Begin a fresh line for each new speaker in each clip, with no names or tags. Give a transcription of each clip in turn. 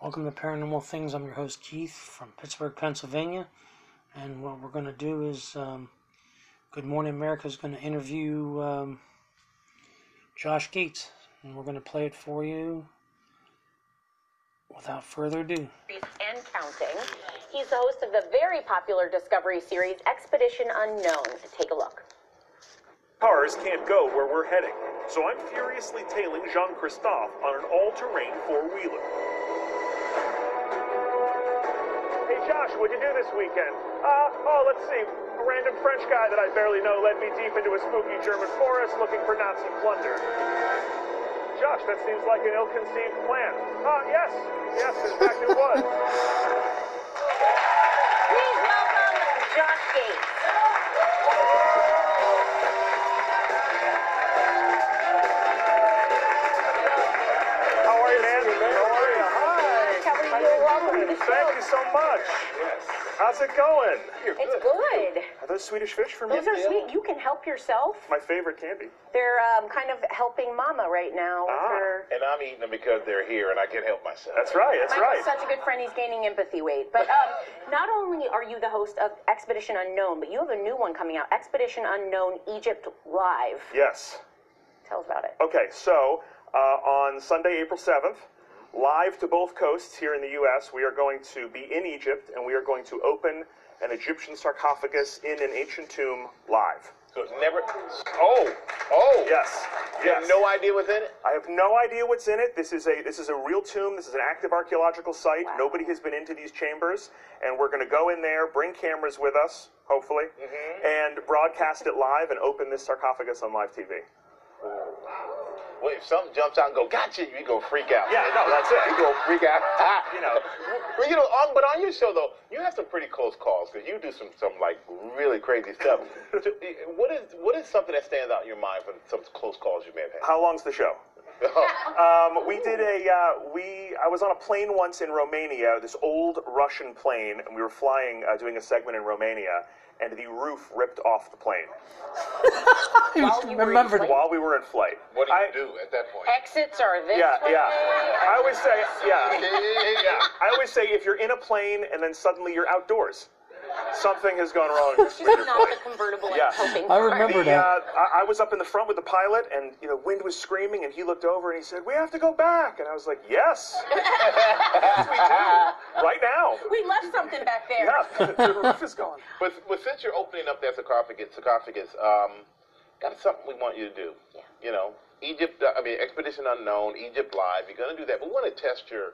Welcome to Paranormal Things. I'm your host Keith from Pittsburgh, Pennsylvania, and what we're going to do is um, Good Morning America is going to interview um, Josh Gates, and we're going to play it for you. Without further ado,
and counting. He's the host of the very popular Discovery series Expedition Unknown. Take a look.
Cars can't go where we're heading, so I'm furiously tailing Jean Christophe on an all terrain four wheeler.
Hey Josh, what'd you do this weekend? Uh, oh, let's see. A random French guy that I barely know led me deep into a spooky German forest looking for Nazi plunder. Josh, that seems like an ill-conceived plan. Uh, yes, yes, in fact it was.
Please welcome Josh Gates.
How are you, man? How are you? Hi.
How are you? Welcome to the show.
Thank you so much. How's it going?
It's good.
Are those Swedish fish for me?
Those are sweet. You can help yourself.
My favorite candy.
They're um, kind of helping Mama right now with
Ah.
her.
And I'm eating them because they're here and I can't help myself.
That's right. That's right.
Michael's such a good friend. He's gaining empathy weight. But um, not only are you the host of Expedition Unknown, but you have a new one coming out, Expedition Unknown Egypt Live.
Yes.
Tell us about it.
Okay, so uh, on Sunday, April 7th, live to both coasts here in the U.S., we are going to be in Egypt and we are going to open an Egyptian sarcophagus in an ancient tomb live.
So it's never. Oh, oh.
Yes,
You have
yes.
no idea what's in it.
I have no idea what's in it. This is a this is a real tomb. This is an active archaeological site. Nobody has been into these chambers, and we're going to go in there, bring cameras with us, hopefully, and broadcast it live and open this sarcophagus on live TV.
Well, if something jumps out and go, gotcha, you go freak out.
Yeah, no, that's it.
You go freak out.
You know.
Well, you know, on, but on your show though, you have some pretty close calls because you do some some like really crazy stuff. So, eh, what is what is something that stands out in your mind from some close calls you may have had?
How long's the show? Um, we did a uh, we. I was on a plane once in Romania, this old Russian plane, and we were flying, uh, doing a segment in Romania, and the roof ripped off the plane
While you were in
remembered
flight?
while we were in flight.
what do you
I,
do at that point?
Exits are this
Yeah,
way.
yeah. I always say,
Yeah,
yeah,
yeah, yeah, yeah.
I always say, if you're in a plane and then suddenly you're outdoors, something has gone wrong. with your
Not
plane.
the convertible I'm
Yeah.
hoping
I
for.
remember
The,
that.
uh, I, I was up in the front with the pilot, and you know, wind was screaming, and he looked over and he said, "We have to go back," and I was like, "Yes, Yes, we do, right now."
We left something back there.
Yeah, the roof is gone.
But, but since you're opening up that sarcophagus, sarcophagus, um, got something we want you to do.
Yeah.
You know, Egypt. uh, I mean, Expedition Unknown, Egypt Live. You're gonna do that. but We want to test your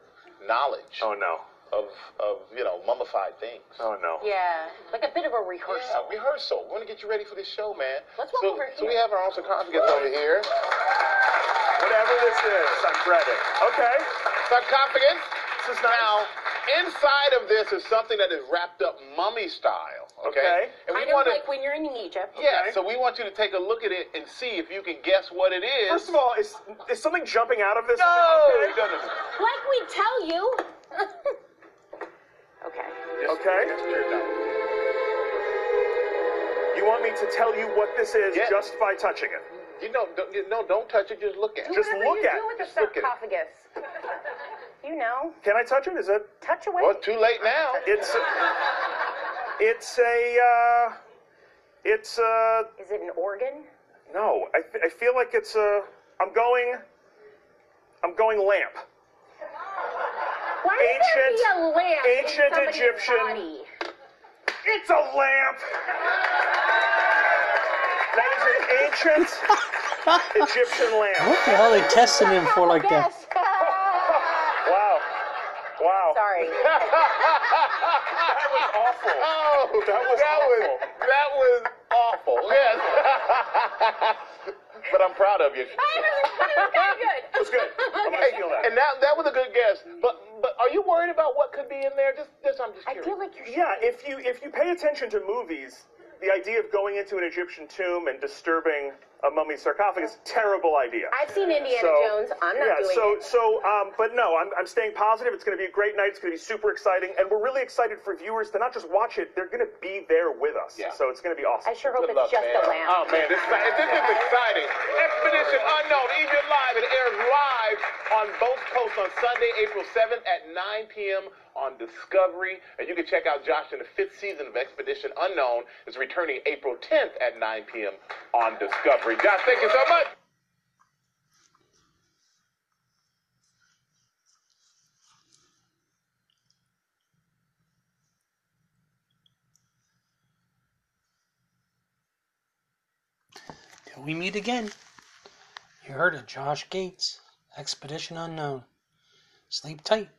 knowledge
Oh no.
of of you know mummified things.
Oh no.
Yeah, like a bit of a
Yeah,
rehearsal.
rehearsal. We want to get you ready for this show, man.
Let's walk
so,
over
So we
here.
have our own sarcophagus over here.
Whatever this is, I'm dreading. Okay.
Sarcophagus.
This is nice.
Now, inside of this is something that is wrapped up mummy style. Okay.
Okay.
And we
Kind of
want to.
like when you're in Egypt.
yeah.
okay.
So we want you to take a look at it and see if you can guess what it is.
First of all, is is something jumping out of this?
no,
Okay.
no, no, no.
Like we tell you. okay.
Okay. You want me to tell you what this is
Yeah.
just by touching it?
You know, don't, you know, don't touch it. Just look at it.
Just
Whatever
look
you
at
do
it.
with the
Just look at it.
sarcophagus. you know,
Can I touch it? Is it?
touch away.
well, it's too late now.
It's. It's a. Uh, it's a.
Is it an organ?
No, I, th- I feel like it's a. I'm going. I'm going lamp.
Why would there be
Ancient-
a lamp in
ancient
somebody's
Egyptian-
body?
It's a lamp. That is an ancient Egyptian lamp.
What the hell are they testing him for like that?
Wow. Wow.
Sorry.
That was awful.
Oh,
That was
that was
awful.
that was awful. Yes, but I'm proud of you.
It was good. I'm gonna steal that.
And that that was a good guess. But but are you worried about what could be in there? Just just I'm just
I
curious.
feel like you should.
Yeah, if you if you pay attention to movies, the idea of going into an Egyptian tomb and disturbing a a mummy sarcophagus. Terrible idea.
I've seen Indiana Jones. I'm not
yeah,
doing
so,
it.
So, um, but no, I'm, I'm staying positive. It's going to be a great night. It's going to be super exciting. And we're really excited for viewers to not just watch it, they're going to be there with us.
Yeah.
So it's going to be
I
awesome.
sure hope
Good
it's
luck,
just
man.
a lamp.
Oh man, this, this is exciting. Expedition Unknown, Egypt Live. It airs live on both coasts on Sunday, April 7th at 9 p.m. on Discovery. And you can check out Josh in the fifth season of Expedition Unknown is returning April 10th at 9 p.m. on Discovery. Josh, thank you so much.
Till we meet again. You heard of Josh Gates, Expedition Unknown. Sleep tight.